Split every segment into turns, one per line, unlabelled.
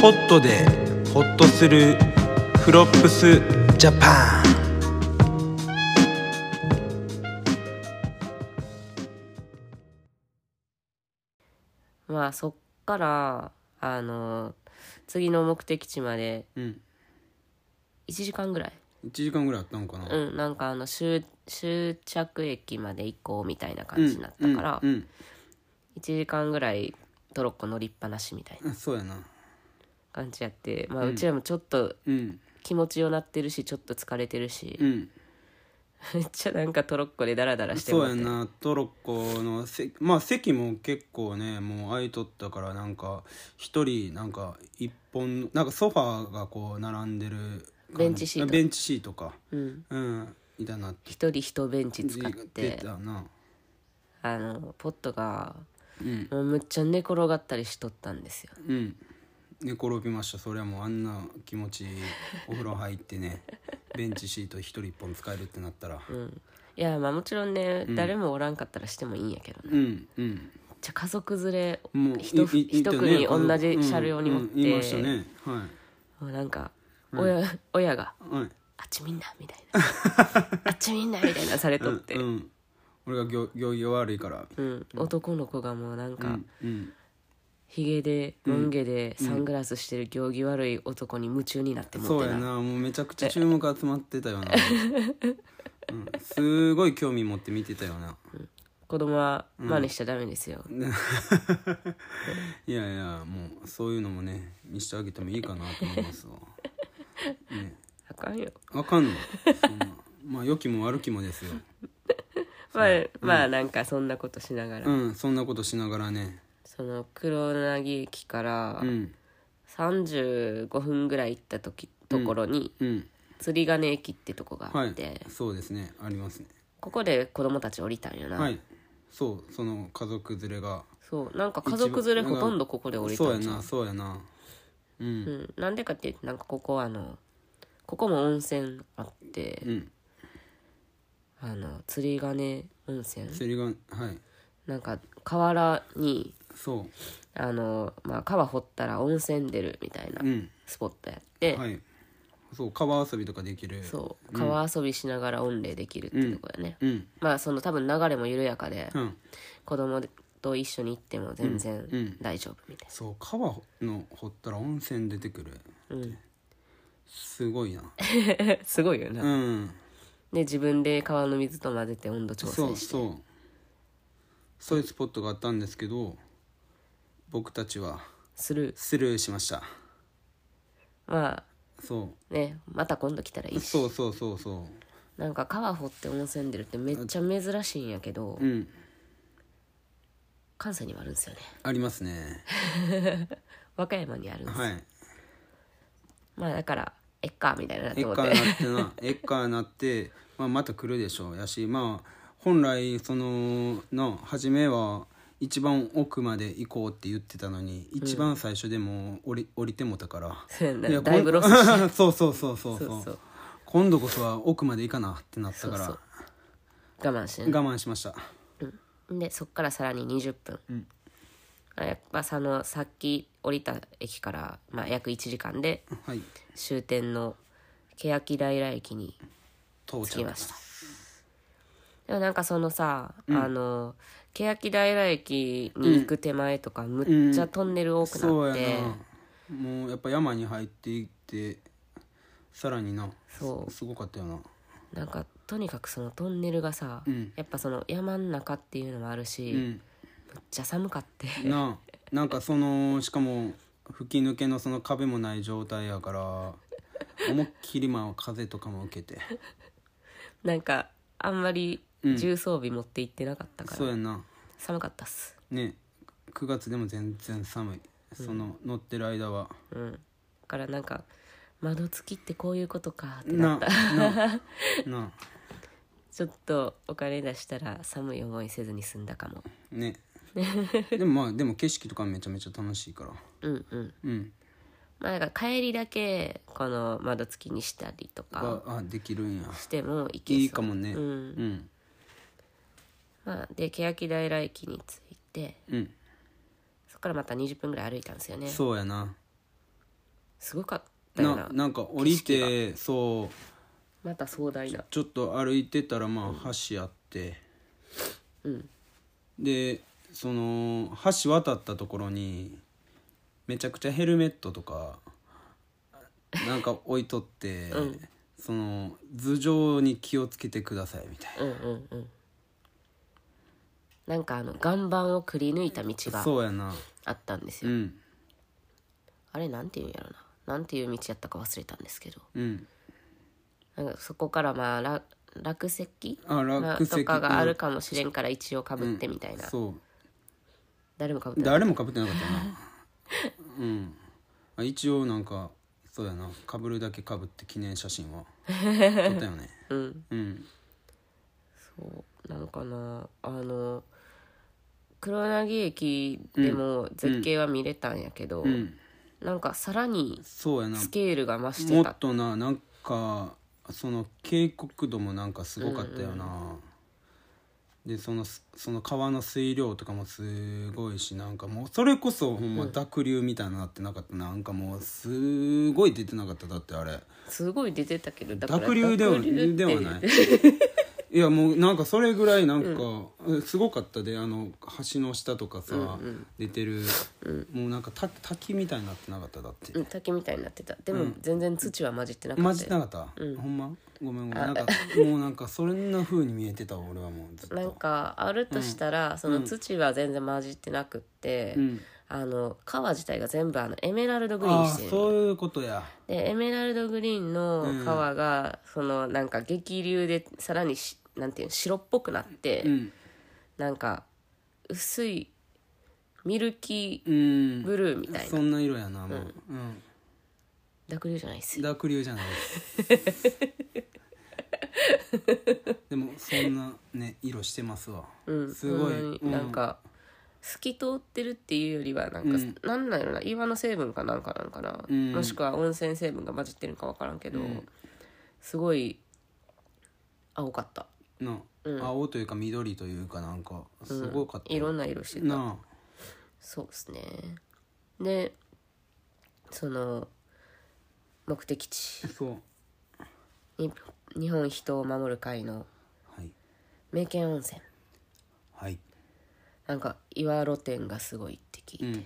ホットでホッとするフロップスジャパン
まあそっからあの次の目的地まで
うん
1時間ぐらい
1時間ぐらいあったんかな、
うんなんかあの終終着駅まで行こうみたいな感じになったから、
うんうん
1時間ぐらいトロッコ乗りっぱなしみたいな
うんそうやな
感じやって、まあ、うちらもちょっと
うん
気持ちよなってるしちょっと疲れてるし
う、ん
めっちゃなんかトロッコでダラダラして
そうや
もらって
なトロッコのせまあ席も結構ねもう空いとったからなんか一人なんか一本なんかソファーがこう並んでる感じ
ベンチシート
ベンチシートか
うん
うんみたいなって
一人一ベンチ使っ
出
て
たな
あのポットが
うん
もうむっちゃ寝転がったりしとったんですよ
うん寝転びましたそれはもうあんな気持ちいいお風呂入ってね ベンチシート一人一本使えるってなったら
うんいやまあもちろんね、誰もおらんかったらしてもいいんやけどね
うんうん
めっちゃ家族連れ
もう
一ふ
いいいた
一
ね
組
この
同じ車両に乗っ、
うんうんいましてたねは
もうなんか親,、親が
いはい
「あっちみんな」みたい な「あっちみんな」みたいなされとって、
う
うん
ん俺が行行儀が悪いから
男の子がもうなんか、
うん
ヒゲでロン毛でサングラスしてる行儀悪い男に夢中になっても
そう
って
やな
な、
もうめちゃくちゃ注目集まってたよ な、うん、すごい興味持って見てたよな
子供は真似しちゃダメですよ、
いやいやもうそういうのもね見せてあげてもいいかなと思いますわ
あかんよ
あかんのそんなまあ良きも悪きもです よ
まあ、まあなんかそんなことしながら、
うんそんなことしながらね
その黒柳駅から
うん
35分ぐらい行った時ところに
うん
釣り鐘駅ってとこがあ
は
って、
いそうですねありますね
ここで子供たち降りたんよな、
はいそうその家族連れが
そうなんか家族連れほとんどここで降りた
そうや
んじゃん
なそうやなう
うんん、なんでかって言ってなんかここはあのここも温泉あって、
うん
あの釣り鐘温泉
釣りがはい
なんか河原に
そ
あの、まあ、川掘ったら温泉出るみたいな
ううん
スポットやって、
はいそう川遊びとかできる
そう川遊びしながら御礼できるってとこやね、
うん
まあその多分流れも緩やかで
うん
子供と一緒に行っても全
うんう
然
ん
大丈夫みたい
そう川の掘ったら温泉出てくる
な、うん
すごいな
すごいよな、
うん
で自分で川の水と混ぜて温度調
そう
整して
そうそういうスポットがあったんですけど僕たちは
する
スルーしました
ま
そ
あねまた今度来たらいういし
そうそうそうそ
なんか川掘って温泉出るってめっちゃ珍しいんやけど
ううん
関西にもあるんですよね
ありますね
和歌山にあるんです、
はい
まあだからえっかみたいなな
エ
と
ッ
思
カ
っ
ー
て
なってな エッカーなって、まあ、また来るでしょうやしまあ本来そのの初めは一番奥まで行こうって言ってたのに一番最初でもう降り,、降りてもたから
そう やない
や
だいぶ
こん
ロスし
そうそうそうそうそう
そうそう
今度こそは奥まで行かなってなったから
そう我慢してね
我慢しました
でそっからさらに20分、あやっぱそのさっき降りた駅から、まあ、約1時間で
はい
終点の欅平駅に
到
着き
着
ましたでもなんかそのさ、あの欅平駅に行く手前とか、むっちゃトンネル多く
そう
な
や
って、
なもうやっぱ山に入っていってさらにな
そう
すごかったよな
なんかとにかくそのトンネルがさ、
うん
やっぱその山ん中っていうのもあるし、
う
めっ
ん
ちゃ寒かって
なあなんかそのしかも吹き抜けのその壁もない状態やから思いっきりまあ風とかも受けて
なんかあんまり重装備持って行ってなかったから、
そうやな
寒かったっす
ね9月でも全然寒いその乗ってる間は、
うんだからなんか窓付きってこういうことかって
な
なった
な な
ちょっとお金出したら寒い思いせずに済んだかも
ねでもまあでも景色とかめちゃめちゃ楽しいから
うんうん
うん
まあだから帰りだけこの窓付きにしたりと
が
か
あできるんや
してもいけそう
いいかもね
う
うんん
まあ、で欅平駅に着いて
うん
そこからまた20分ぐらい歩いたんですよね
そうやな
すごかったよな
ななんか降りてそう
また壮大な
ちょっと歩いてたらまあ橋あって、でその橋渡ったところにめちゃくちゃヘルメットとかなんか置いとって、 その頭上に気をつけてくださいみたい
うんうんうんなんかあの岩盤をくり抜いた道
な
が
そうやな
あったんです
う
よ、
ん
あれなんていうんやろななんていう道やったか忘れたんですけど
うん
なんかそこからまあら落石
あ落石
とかがあるかもしれんから一応かぶってみたいな、
そ
誰もかぶっ
う
てない
誰もかぶってなかったなうんあ一応なんかそうやなかぶるだけかぶって記念写真は撮ったよね
うん
うん
そうなんかなあの黒柳駅でも絶景は見れたんやけど、
うん
なんかさらに
そうやな
スケールが増し
も
てた
っとななんかその渓谷度もなんかすごかったよな、でそのすその川の水量とかもすごいしなんかもうそれこそほんま濁流みたいなのなってなかった、なんかもうすごい出てなかっただってあれ
すごい出てたけどだから
濁流では
濁流って
ではない いやもうなんかそれぐらいなんか、えすごかったであの橋の下とかさ、出てる、もうなんかた滝みたいになってなかっただって、
うん滝みたいになってたでも全然土は混じってなかった
マ
よ
ジなかった、ほんまごめんごめんなんかもうなんかそんな風に見えてたわ俺はもうずっと
なんかあるとしたら、その土は全然混じってなくって、
ん
あの川自体が全部あのエメラルドグリーン
ああ
して
そうい
る
うことや
でエメラルドグリーンの川が、そのなんか激流でさらにしなんていうの白っぽくなって、
うん
なんか薄いミルキ
う
ー
ん
ブルーみたい
そ
なん
な色やなもう、うん
濁流じゃないっすよ
濁流じゃないです でもそんなね色してますわ、
うん
すごい、
ほんま
う
になんか、透き通ってるっていうよりはな
う
んか、
ん
なんなんやろな岩の成分かなんかなんかな、
うん
もしくは温泉成分が混じってるんか分からんけど、
ん
すごい青かった、
な、青というか緑というかなんかすごかった
いろんな色してた
なあ
そうですねでその目的地
そう
に日本人を守る会の
はい
名犬温泉
はい
なんか岩露店がすごいって聞いて、
うん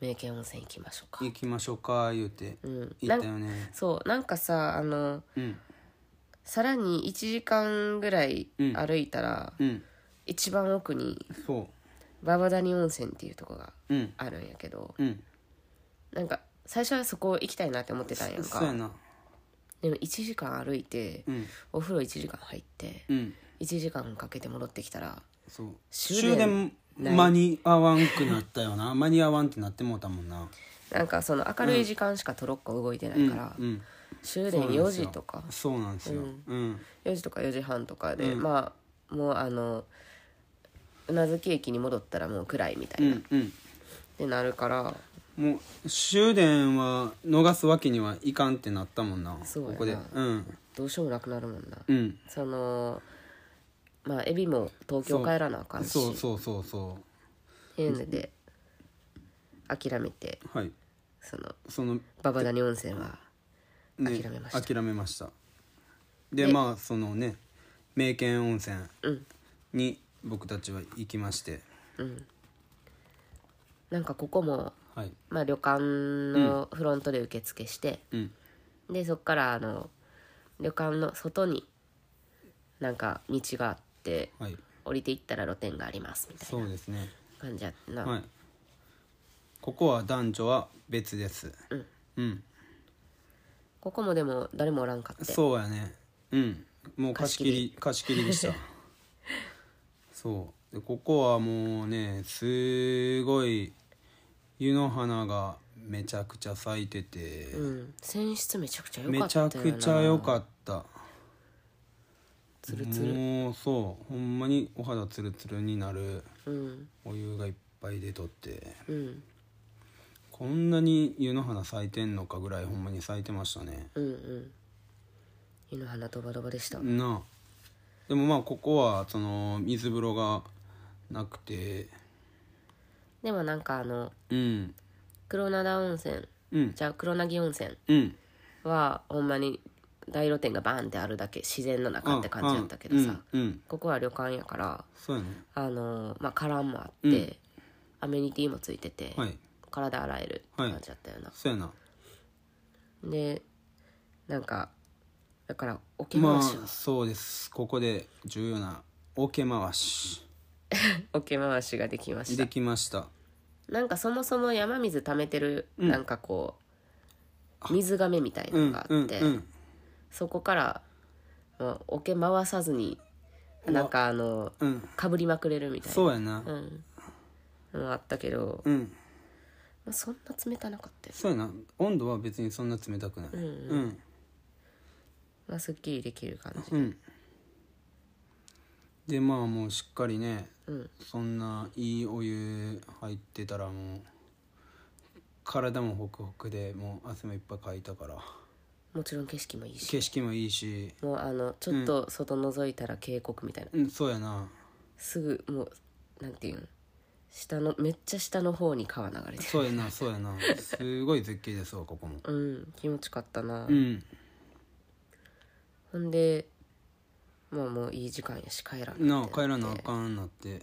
名犬温泉行きましょうか
行きましょうか言うて、
ん
行ったよね
そうなんかさあの
うん
さらに1時間ぐらい歩いたら、
うん
一番奥に
そ
馬場谷温泉っていうとこが
ううん
あるんやけど
うん
なんか最初はそこ行きたいなって思ってたんやん
そうや
か
な
でも1時間歩いて、
ん
お風呂1時間入って
うん
1時間かけて戻ってきたら
そう
終
終
電
電
な
間
い
に合わんくなったよな間に合わんってなってもうたもんな
なんかその明るい時間しかトロッコ動いてないから、
うん
終電4時とか
そうなんですようん
4時とか4時半とかで、まあもうあのうなずき駅に戻ったらもう暗いみた
う
いな、っ
んうん
てなるから
もう終電は逃すわけにはいかんってなったもんな
そうやな
ここでうん
どうしようもなくなるもんな、
うん
そのまあエビも東京帰らなあかんし
そうそうそうそ
っていうので諦めて
うはい
その
その
馬場谷温泉は
ね
諦めました
諦めましたでまあそのね名犬温泉
うん
に僕たちは行きまして
なんかここも、
はい
まあ、旅館のフロントで受付して、
うん
でそっからあの旅館の外になんか道があって
はい
降りていったら露店がありますみたい
そうですね
な感じやったな、
はい、ここは男女は別です
うん
うん、
ここもでも誰もおらんかって
そうやねうんもう貸し切り貸し切りでした そうでここはもうねすごい湯の花がめちゃくちゃ咲いてて、
うん泉質めちゃくちゃ良か
め
っ
ち
たよ
ゃ
な
くちゃ良かった
ツルツル
もうそうほんまにお肌ツルツルになる
うん
お湯がいっぱい出とって
うん
ここんなに湯の花咲いてんのかぐらいほんまに咲いてましたね
うんうん湯の花ドバドバでした、
なあでもまあここはその水風呂がなくて
でもなんかあの
うん
黒灘温泉
うん
じゃあ黒凪温泉
うん
はほんまに大露店がバーンってあるだけ自然の中って感じだったけどさ、
うん、うん
ここは旅館やから
そうやね
あのまあカランもあって、
うん
アメニティもついてて、
はい
体洗えるって感じだったよな、
そうやな
でなんかだから桶
ま
回し を
あそうですここで重要な桶回し
桶回しができました
できました
なんかそもそも山水溜めてる、なんかこう水がめみたいな
う
の
ん
があって、
うんうん
そこからまあ桶回さずになんかあの
うん
かぶりまくれるみたいな
そうやな
うんのがあったけど、
うん、
まあ、そんな冷たなかったよ、
そうやな温度は別にそんな冷たくないうんうん、
まあ、すっきりできる感じ
でまあもうしっかりね、
ん
そんないいお湯入ってたらもう体もホクホクでもう汗もいっぱいかいたから
もちろん景色もいいし
景色もいいし
もうあのちょっと外覗いたら渓谷みたいな、
うんそうやな
すぐもうなんていうん下のめっちゃ下の方に川流れて
そうやなそうや なすごい絶景ですわここも
るうん気持ちよかったな、
うん
ほんでまあもういい時間やし帰らん
なあ帰らなあかんなって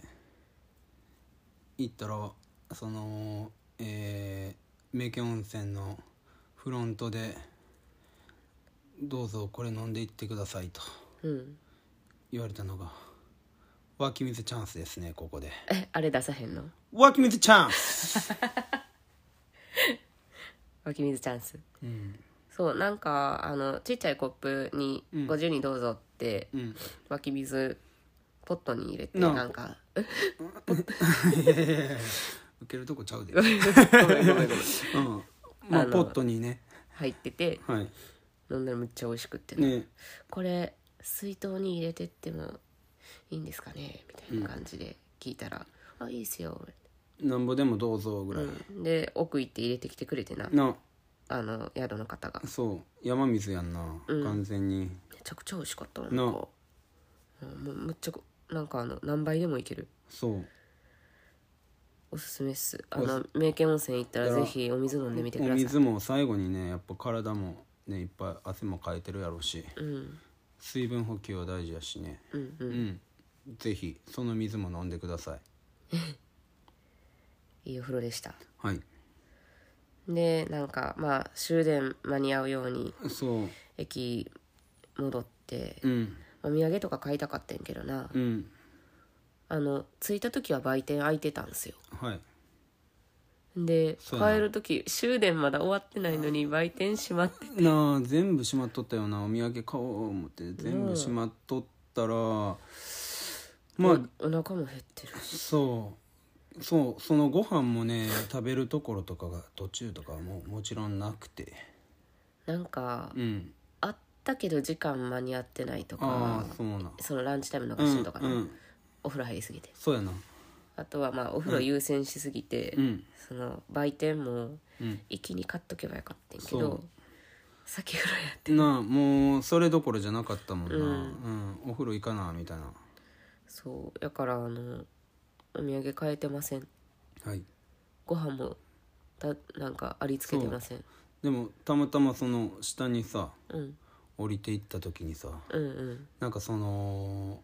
行ったらそのえー、名家温泉のフロントで「どうぞこれ飲んでいってください」と
うん
言われたのが湧き水チャンスですねここで
えあれ出さへんの
湧き水チャンス
湧き水チャンス、そうなんかあのちっちゃいコップに「ご自由にどうぞ」って、
うん
湧き水ポットに入れて
なあ
なんか
受けるとこちゃう で
ごめんごめんご
う
めん
んまあ
あの
ポットにね
入ってて
はい
飲んだらめっちゃ美味しくってね
ね
これ水筒に入れてってもいいんですかねみたいな感じで聞いたら「あいいっすよ」
なんぼでもどうぞぐらい、
で奥行って入れてきてくれてな
な
あの宿の方が
そう山水やんな、完全に
めちゃくちゃ美味しかったなん
な
かうんもうむっちゃこなんかあの何倍でもいける
そう
おすすめっすあの名犬温泉行ったらぜひお水飲んでみてく
お
ださい
水も最後にねやっぱ体もねいっぱい汗もかいてるやろうし
うん
水分補給は大事やしね
うん
う
う
んんぜひその水も飲んでください
いいお風呂でした
はい
でなんかまあ終電間に合うように
そう
駅戻って、
うん
お土産とか買いたかったんやけどな、
うん
あの着いた時は売店開いてたんですよ
はい
で
そうやな
帰る時終電まだ終わってないのに売店閉まって
なあ全部しまっとったよなお土産買おう思って全部しまっとったら、まあ
お腹も減ってるし
そうそうそのご飯もね食べるところとかが途中とかはもうもちろんなくて
なんか、
うん
あったけど時間間に合ってないと
あ
か
あそうな
そのランチタイム逃
う
して
ん
とか
う
な、
ん
お風呂入りすぎて
そうやな
あとはまあお風呂優先しすぎて、
うん
その売店も
うん
一気に買っとけばよかったんやけ
そ
ど
う
先ぐらいやって
なあもうそれどころじゃなかったもんな、うんお風呂行かなみたいな
そうだからあのお土産買えてません
はい
ご飯もたなんかありつけてません
でもたまたまその下にさ
うん
降りていった時にさ
うんうん
なんかその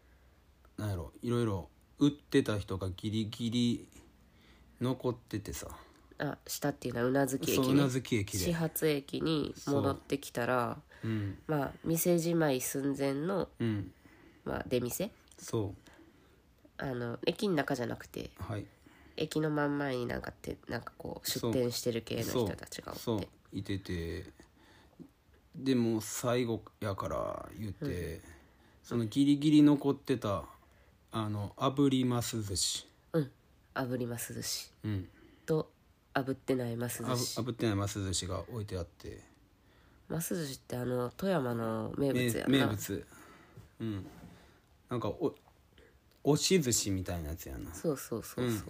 なんやろいろいろ売ってた人がギリギリ残っててさ
あ下っていうのはうなずき駅
そうう
ね
なずき駅
始
で
発駅に戻ってきたら
うん
まあ店じまい寸前の、
うん
まあ、出店
そ
あの駅の中じゃなくて
うはい
駅の真ん前になんかってなんかこう出
そう
店してる系の人たちが
そ
おっ
う
て
いててでも最後やから言って、そのギリギリ残ってたあの炙ります寿司
うん炙ります寿司
うん
と炙ってないます
あぶ
寿司
炙ってないます寿司が置いてあって
ます寿司ってあの富山の名
名
物やんな
名物うんなんかお押し寿司みたいなやつやな
そうそうそうそ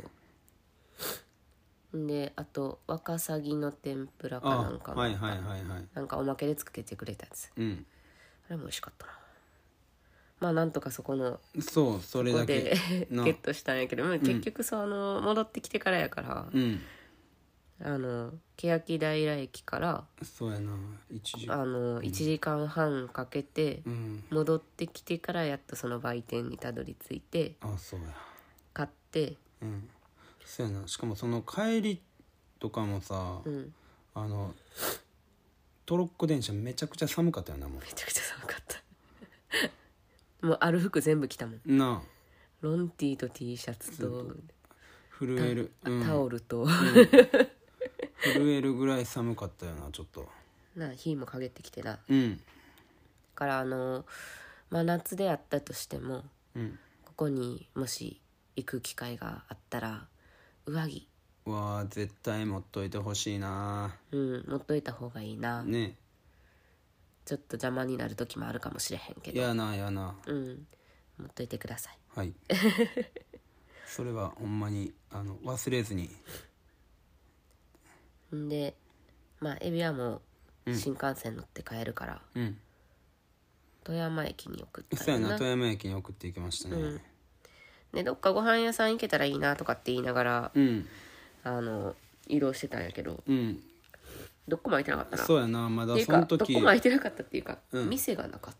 う、であとワカサギの天ぷらかな
あ
んかも
はいはいはいはい
なんかおまけでつけてくれたやつ
うん
あれも美味しかったなまあなんとかそこの
そうそれ
ここ
だ
で
け
ゲ
な
ットしたんやけど、まあ、結局さ、あの戻ってきてからやから、
うん
あの欅平駅から
そうやな一時
あの1時間半かけて
うん
戻ってきてからやっとその売店にたどり着いて
あそうや
買って
うんそうやなしかもその帰りとかもさ、
うん
あのトロッコ電車めちゃくちゃ寒かったよなも
めちゃくちゃ寒かった もうある服全部着たもん
うなあ
ロンティーと T シャツと
震える、うん、
タオルと、
震えるぐらい寒かったよなちょっと
な火もかげってきてなだ
うん
からあの真夏であったとしても
うん
ここにもし行く機会があったら上着
うわあ絶対持っといてほしいな
うん持っといた方がいいな、
ね
ちょっと邪魔になる時もあるかもしれへんけど
やなやな
うん持っといてください
はいそれはほんまにあの忘れずに
んでまあエビはもう新幹線乗って帰るから、
うん
富山駅に送った
そうや
ん
な
だ
富山駅に送っていきましたねうん、
でどっかご飯屋さん行けたらいいなとかって言いながらあの移動してたんやけど
うん
どこも空いてなかったな
そうやなま
っ
だ
ていう
そ
か
の
どこ
時
も空いてなかったっていうか、
ん
店がなかっ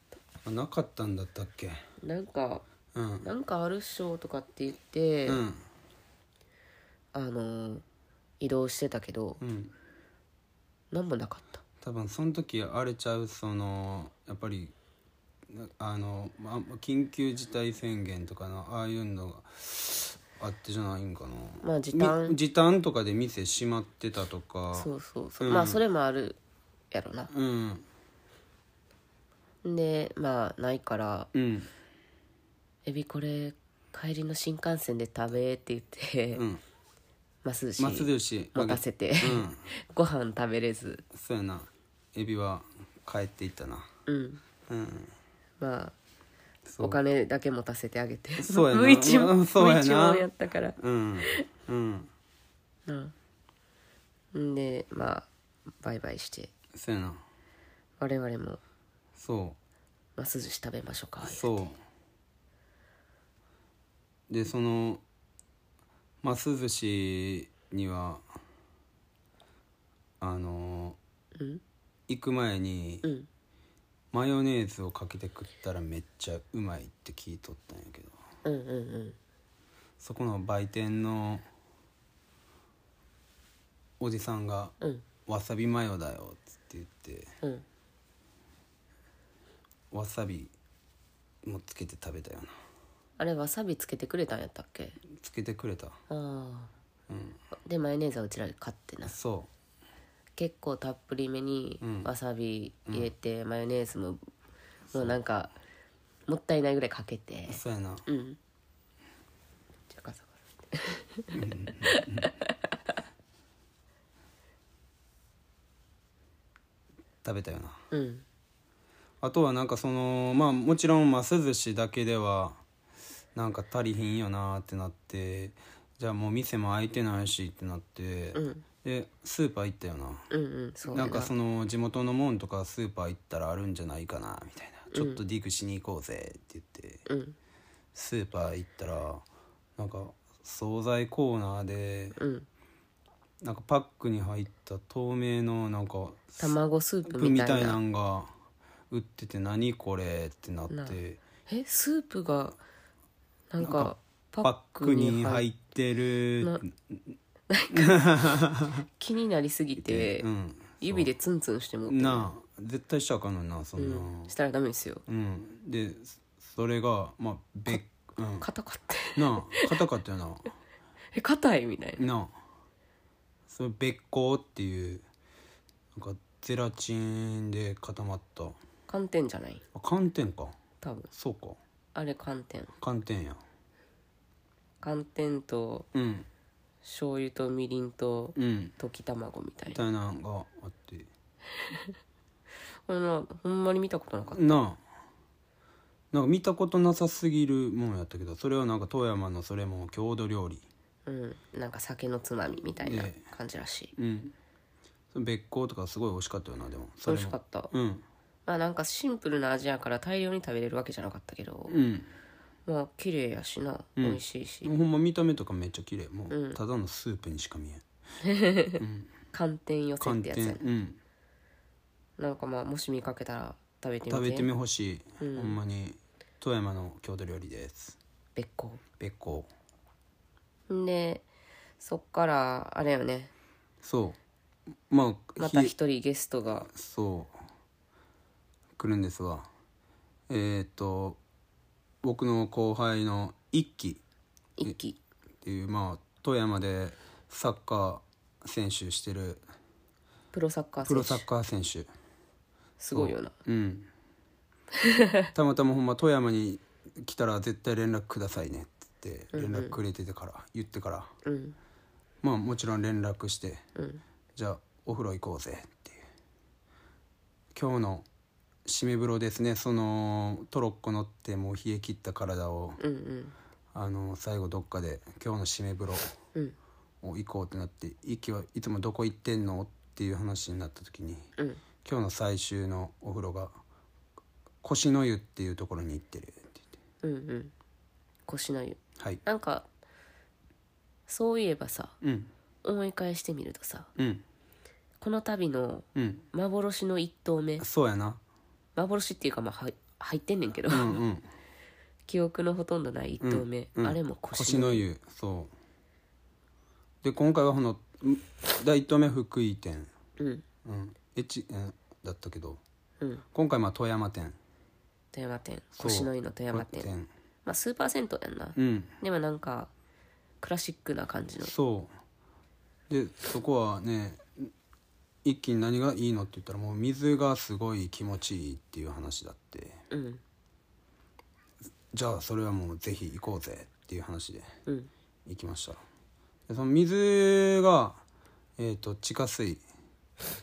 あなかったんだったっけ
たなんか
うん
なんかあるっしょとかって言って、
うん
あの移動してたけど
うん
何もなかった
多分その時荒れちゃうそのやっぱりあの、ま、緊急事態宣言とかのああいうのがあってじゃないんかな、
まあ時短
み時短とかで店閉まってたとか
そうそうそう、まあそれもあるやろな
うん
でまあないから
うん
「エビこれ帰りの新幹線で食べ」って言って、
うん
ます寿
松寿
司
司
持たせて、
うん
ご飯食べれず
そうやなエビは帰っていったな
うん
うん
まあ
そう
お金だけ持たせてあげて
そうやな
無 一
う
文
んそうやな
無一文やったから
うんうん
うんでまあバイバイして
そうやな
我々も
そう
ます寿司食べましょうか
そうでそのます寿司にはあの
うん
行く前に
うん
マヨネーズをかけて食ったらめっちゃうまいって聞いとったんやけど
うんうんうん
そこの売店のおじさんが
うん
「わさびマヨだよ」って言って
うん
わさびもつけて食べたよな
あれわさびつけてくれたんやったっけ
つけてくれた
ああ、でマヨネーズはうちらで買ってな
そ
結構たっぷりめにわさび入れて、マヨネーズももうなんかもったいないぐらいかけて
うそうやな
うんじゃかさか
食べたよな
さうん
あとはなんかそのまあもちろんます寿司だけではなんか足りひんよなってなってじゃあもう店も開いてないしってなって、でスーパー行ったよな、
うんうんそう
なんかその地元のもんとかスーパー行ったらあるんじゃないかなみたいな、ちょっとディグしに行こうぜって言って、
うん
スーパー行ったらなんか惣菜コーナーで
うん
なんかパックに入った透明のなんか
卵スー
スー
プ
プ
み
み
たいな
たいなんが売ってて何これってなって。
なえスープがなんかパッ
パッ
ク
ク
に
に入
入っ
ってる
な気になりすぎて、
うん
指でツンツンしてもって
なあ絶対しちゃあかんのになそんな
うんしたらダメですよ
うん、でそれがまあ別うん
硬かって
なあ硬かったよな
え硬いみたいな
なあそれ別光っていうなんかゼラチンで固まったあ
寒天じゃない
寒天か
多分
そうか
あれ寒天
寒天や
寒天と
うん
醤油とみりんと
うん
溶き卵みたい
み
な
たいなのがあって
これなほんまに見たことなかった
なあなんか見たことなさすぎるもんやったけどそれはなんか富山のそれも郷土料理
うんなんか酒のつまみみたいな
ね
感じらしい
うんその別光とかすごい美味しかったよなでもそ
美
れ
味しか
も
った
うん
まあなんかシンプルな味やから大量に食べれるわけじゃなかったけど
うん
まあ綺麗やしな美味しいし
ほんま見た目とかめっちゃ綺麗もううただのスープにしか見えん
寒天寄せっ
寒
てやつや
天
ね
うん
なんかまあもし見かけたら食べてみて
食べてみほしいほんまに富山の郷土料理です
別個
別光
んでそっからあれよね
そうまあ
また
ひ
一人ゲストが
そう来るんですわえーっと僕の後輩の一輝
一気
っていうまあ富山でサッカー選手してる
プロサッカー
プロ
選
サ
手
ッカー選手
すごいよな
うんたまたまほんま富山に来たら絶対連絡くださいねって連絡くれててから、言ってから
うん
まあもちろん連絡して、
うん
じゃあお風呂行こうぜっていう今日の締め風呂ですねそのトロッコ乗ってもう冷え切った体を、
うんうん
あの最後どっかで今日の締め風呂
うん
を行こうってなって「息はいつもどこ行ってんの?」っていう話になった時に
うん
今日の最終のお風呂が腰の湯っていうところに行ってるって言って
うんうん腰の湯
はい
なんかそういえばさ
うん
思い返してみるとさ
うん
この度の
うん
幻の一投目
そうやな
幻っていうかまあは入ってんねんけど、
うんうん
記憶のほとんどない一投目、
うん
あれも
腰
腰の
の湯そうで今回はこのん第一投目福井店
うん
うんえちうんだったけど
うん
今回まあ富山店
富山店
そう
腰の湯の富山店
店
まあスーパー銭湯やんな、
うん
でもなんかクラシックな感じの
そうでそこはね一気に何がいいのって言ったらもう水がすごい気持ちいいっていう話だって
うん
じゃあそれはもうぜひ行こうぜっていう話で
うん
行きましたでその水が、えー、と地下水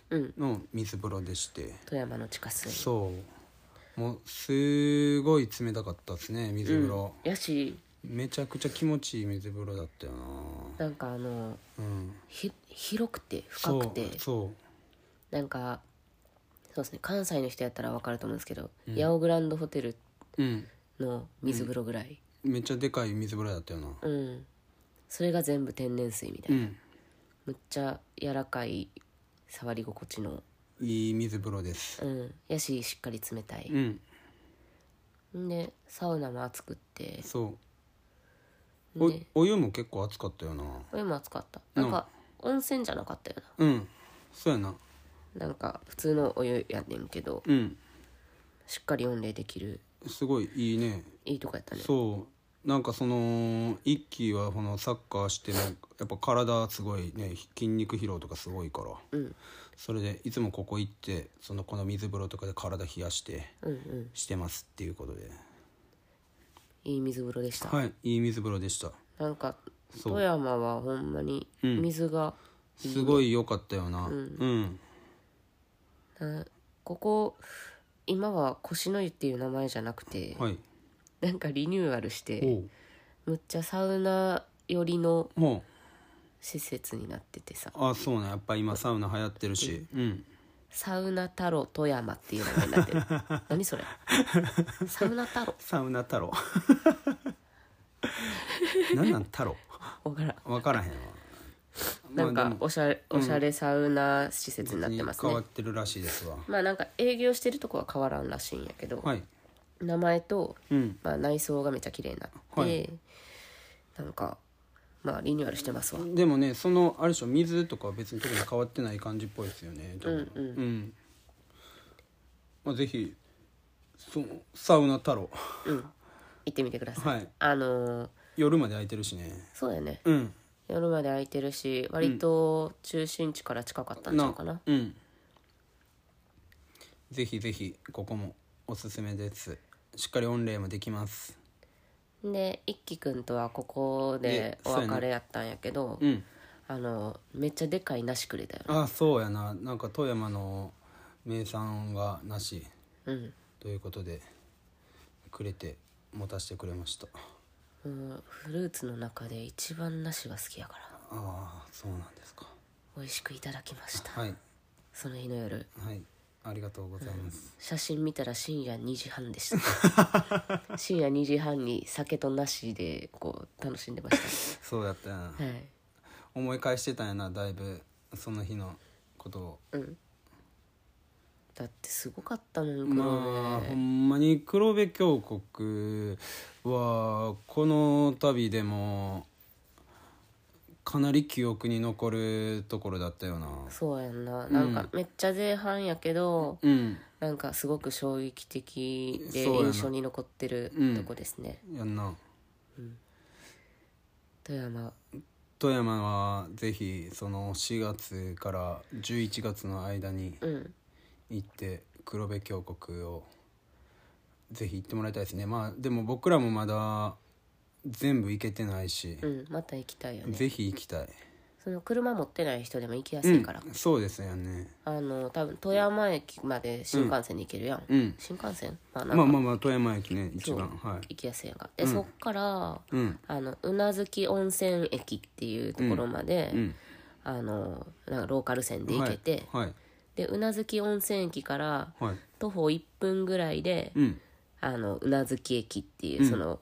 うん
の水風呂でして、
富山の地下水
そうもうすごい冷たかったですね水風呂、
やし
めちゃくちゃ気持ちいい水風呂だったよ
なんかあの
なうん
ひ広くて深くて
そう
なんかそうですね関西の人やったら分かると思うんですけど、八百グランドホテル
そううん
の水風呂ぐらい
めっちゃでかい水風呂だったよな
うん、それが全部天然水みたいうな、
ん
むっちゃ柔らかい触り心地の
いい水風呂です
うんやししっかり冷たい、
うん
ん、でサウナも暑くって
そうお,、
ね
お湯も結構熱かったよな
お湯も暑かったなんか、温泉じゃなかったよ
うんそうやな
ななんか普通のお湯やねんけど
うん
しっかり温冷できる
すごいいいね
いいとこやったね
そうなんかその一輝はこのサッカーしてもやっぱ体すごいね筋肉疲労とかすごいから、
うん
それでいつもここ行ってそのこの水風呂とかで体冷やして
うんうん
してますっていうことで
いい水風呂でした、
はいいい水風呂でした
なんか
そう
富山はほんまに水が、
すごい良かったよなうん、
なここ今は腰の湯っていう名前じゃなくて、
はい
なんかリニューアルして
おう
むっちゃサウナ寄りの
も
施設になっててさ
うあそうねやっぱ今サウナ流行ってるしうん、
サウナ太郎富山っていう名前になってる 何それサウナ太郎
サウナ太 郎なんなん太郎
分からん
分からへんわ
なん
まあ
か
でも
おしゃれおしゃれサウナ施設になってます
変
ね、
わってるらしいですわ
まあなんか営業してるとこは変わらんらしいんやけど、
はい
名前と、
うん
まあ、内装がめちゃ綺麗になって、
はい
なんかまあリニューアルしてますわ
でもねそのある種水とかは別に特に変わってない感じっぽいですよね多分
うんうん
まあ、ぜひそのサウナ太郎
行ってみてください、
はい
あのー
夜まで空いてるしね
そうだよね
うん
夜まで空いてるし割と中心地から近かったんちゃうかな、
うんぜひぜひここもおすすめですしっかり御礼もできます
で一輝くんとはここで
ね
お
そう
別
や
れ
ね
やったんやけど、
うん
あのめっちゃでかい梨くれたよね
ああそうやななんか富山の名産がなし
うん
ということでくれて持たせてくれました
うん、フルーツの中で一番梨が好きやから
ああそうなんですか
美味しくいただきました、
はい
その日の夜
はいありがとうございます、
写真見たら深夜2時半でした深夜2時半に酒となしでこう楽しんでまし
そうやったな
た、はい
思い返してたんやなだいぶその日のことを
うん、だってすごかったのよ黒部、
まあほんまに黒部峡谷はこの旅でもかなり記憶に残るところだったよな
そうやんななんかめっちゃ前半やけど、
うん
なんかすごく衝撃的で
そうやな
印象に残ってる
うん
とこですね、
やんな
富山
富山はぜひその4月から11月の間に
うん
行って黒部峡谷をぜひ行ってもらいたいですねまあでも僕らもまだ全部行けてないし
う、んまた行きたいよね
ぜひ行きたい、
その車持ってない人でも行きやすいから、
うんそうですよね
あの多分富山駅まで新幹線で行けるやん、
うん
新幹線まあなん
ま
か
あまあまあ富山駅ね一
そう
番はい
行きやすいやんかで、そっから
うん
あの宇奈月温泉駅っていうところまで、
うん
あのなんかローカル線で行けて、
はいはい
で宇奈月温泉駅から
はい
徒歩1分ぐらいで、
うん
あの宇奈月駅っていうその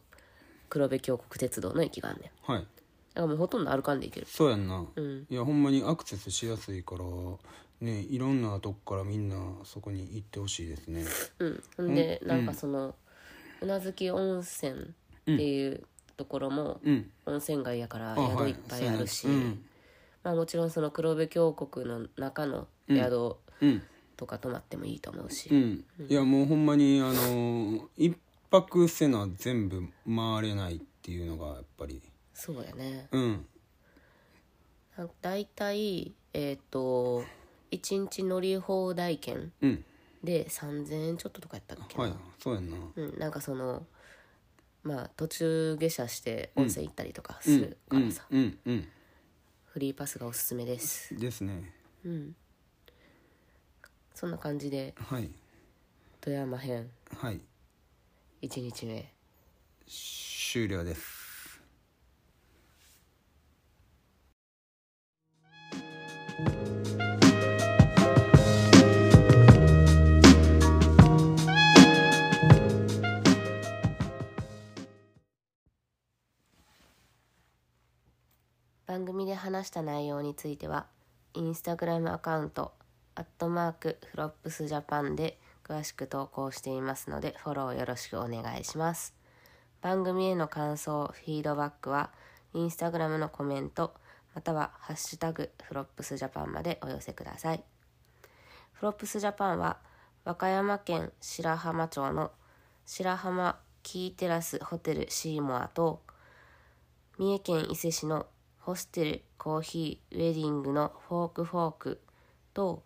黒部峡谷鉄道の駅があんねんだ
はい
からもうほとんど歩かんで行ける
そうやんな、
ん
いやほんまにアクセスしやすいからねいろんなとこからみんなそこに行ってほしいですね
うんほんで、なんかその宇奈月温泉っていうところも、
うん
温泉街やから
あは
宿
い
いっぱいあるし、
そうやなうん
まあ、もちろんその黒部峡谷の中の宿
うん
とか泊まってもいいと思うし、
うんいやもうほんまにあのー一泊せな全部回れないっていうのがやっぱり
そうやね
うん
なん大体えっ、と1日乗り放題券
うん
で3000円ちょっととかやったっけな、
はいそうやんな
うん、なんかそのまあ途中下車して温泉行ったりとかするからさ、
うんうん
フリーパスがおすすめです
うんですね
そんな感じで
はい
富山編
はい
1日目
終了です
番組で話した内容についてはインスタグラムアカウント「アットマークフロップスジャパン」で詳しく投稿していますのでフォローよろしくお願いします番組への感想フィードバックはインスタグラムのコメントまたは「ハッシュタグフロップスジャパン」までお寄せくださいフロップスジャパンは和歌山県白浜町の白浜キーテラスホテルシーモアと三重県伊勢市のホステルコーヒーウェディングのフォークフォークと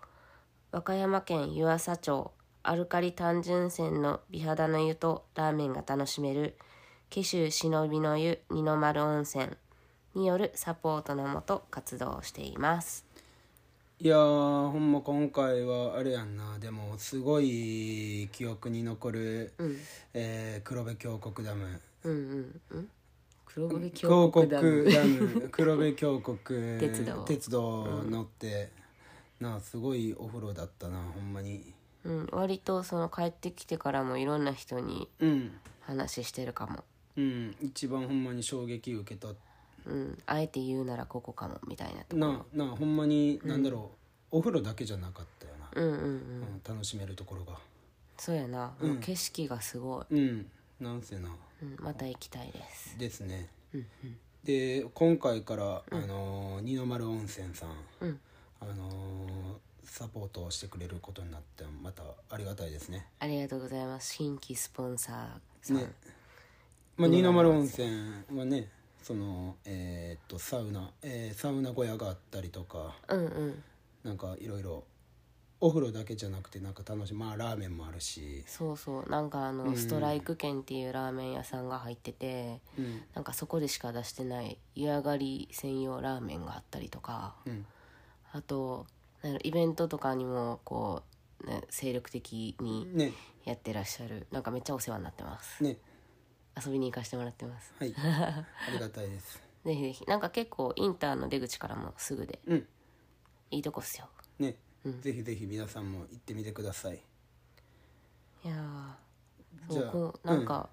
和歌山県湯浅町アルカリ単純泉の美肌の湯とラーメンが楽しめる紀州忍びの湯二の丸温泉によるサポートのもと活動をしています
いやーほんま今回はあれやんなでもすごい記憶に残る、えー黒部峡谷ダム
うんうんうん黒部
峡
峡
谷
谷
ダ
ダ
ム
ム
黒部峡谷
鉄道
道乗って、なあすごいお風呂だったなほんまに
うん、割とその帰ってきてからもいろんな人に
うん
話してるかも
うん一番ほんまに衝撃受けた
うんあえて言うならここかもみたいなとこ
なあなあほんまになんだろう、お風呂だけじゃなかったよな、
うんうんうん
うん楽しめるところが
そうやな、もう景色がすごい、
うんなんせな
うん、また行きたいです
ですね、で今回から、あのー二の丸温泉さん、
うん
あのーサポートをしてくれることになってまたありがたいですね、
ありがとうございます新規スポンサーさん、
ねまあ、二の丸温泉はねそのえーっとサウナ、えーサウナ小屋があったりとか
うんうん
なんかいろいろお風呂だけじゃなくてなんか楽しいまあラーメンもあるし、
そうそうなんかあの、ストライク券っていうラーメン屋さんが入ってて
うん
なんかそこでしか出してない湯上がり専用ラーメンがあったりとか
うん、
あとなんやろイベントとかにもこう、ね、精力的に
ね
やってらっしゃるなんかめっちゃお世話になってます
ね
遊びに行かせてもらってます
はいありがたいです
ぜひぜひなんか結構インターの出口からもすぐで
うん
いいとこっすよ
ね、ぜひぜひ皆さんも行ってみてください
いやーそ
じゃ
う
あ
こうなんか、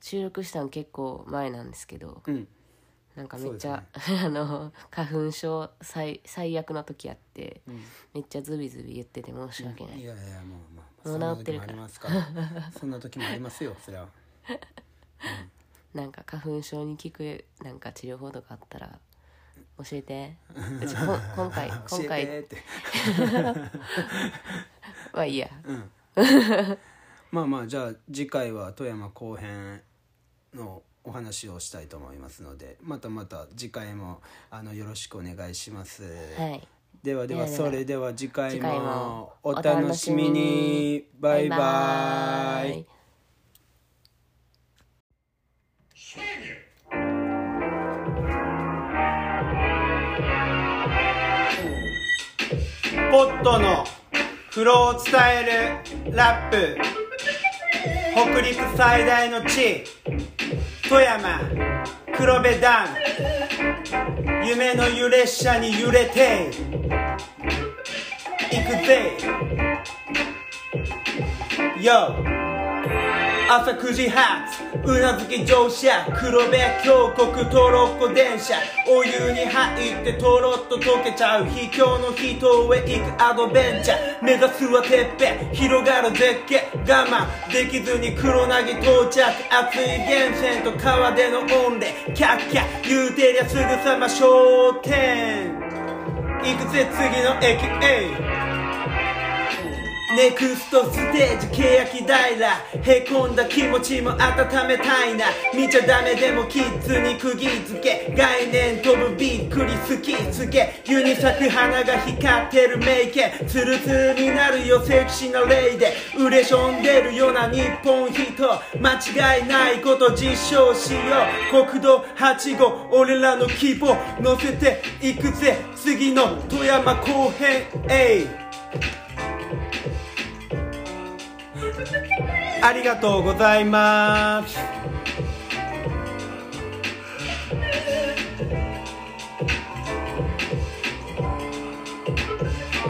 収録したの結構前なんですけど
うん
なんかめっちゃ、 あの花粉症最最悪の時あって、めっちゃズビズビ言ってて申し訳ない、
いやいやもうまあ
も
そ
うん
な
治
時
ってる
もあ
から
りますからそんな時もありますよ それは
なんか花粉症に効くなんか治療法とかあったら教 えてうちこん今回
教
今
え
回
てって
まあいいや
まあまあじゃあ次回は富山後編のお話をしたいと思いますのでまたまた次回もあのよろしくお願いします、
はい
ではでは
ではでは
それでは次回
次回
も
も
お楽しみにバイバイ
ポットの風呂を伝えるラップ北陸最大の地富山黒部ダム夢の揺れ車に揺れて行くぜ YO 朝9時発うなずき乗車黒部峡谷トロッコ電車お湯に入ってとろっと溶けちゃう秘境の人へ行くアドベンチャー目指すはてっぺん広がる絶景我慢できずに黒なぎ到着熱い源泉と川での御礼キャッキャ言うてりゃすぐさま商店行くぜ次の駅へネクストステージ欅平へこんだ気持ちも温めたいな見ちゃダメでもキッズに釘付け概念飛ぶびっくり好きすげ湯に咲く花が光ってる名犬ツルツルになるよセクシーなレイでうれしょんでるような日本人間違いないこと実証しよう国道8号俺らの希望乗せていくぜ次の富山後編へありがとうございます。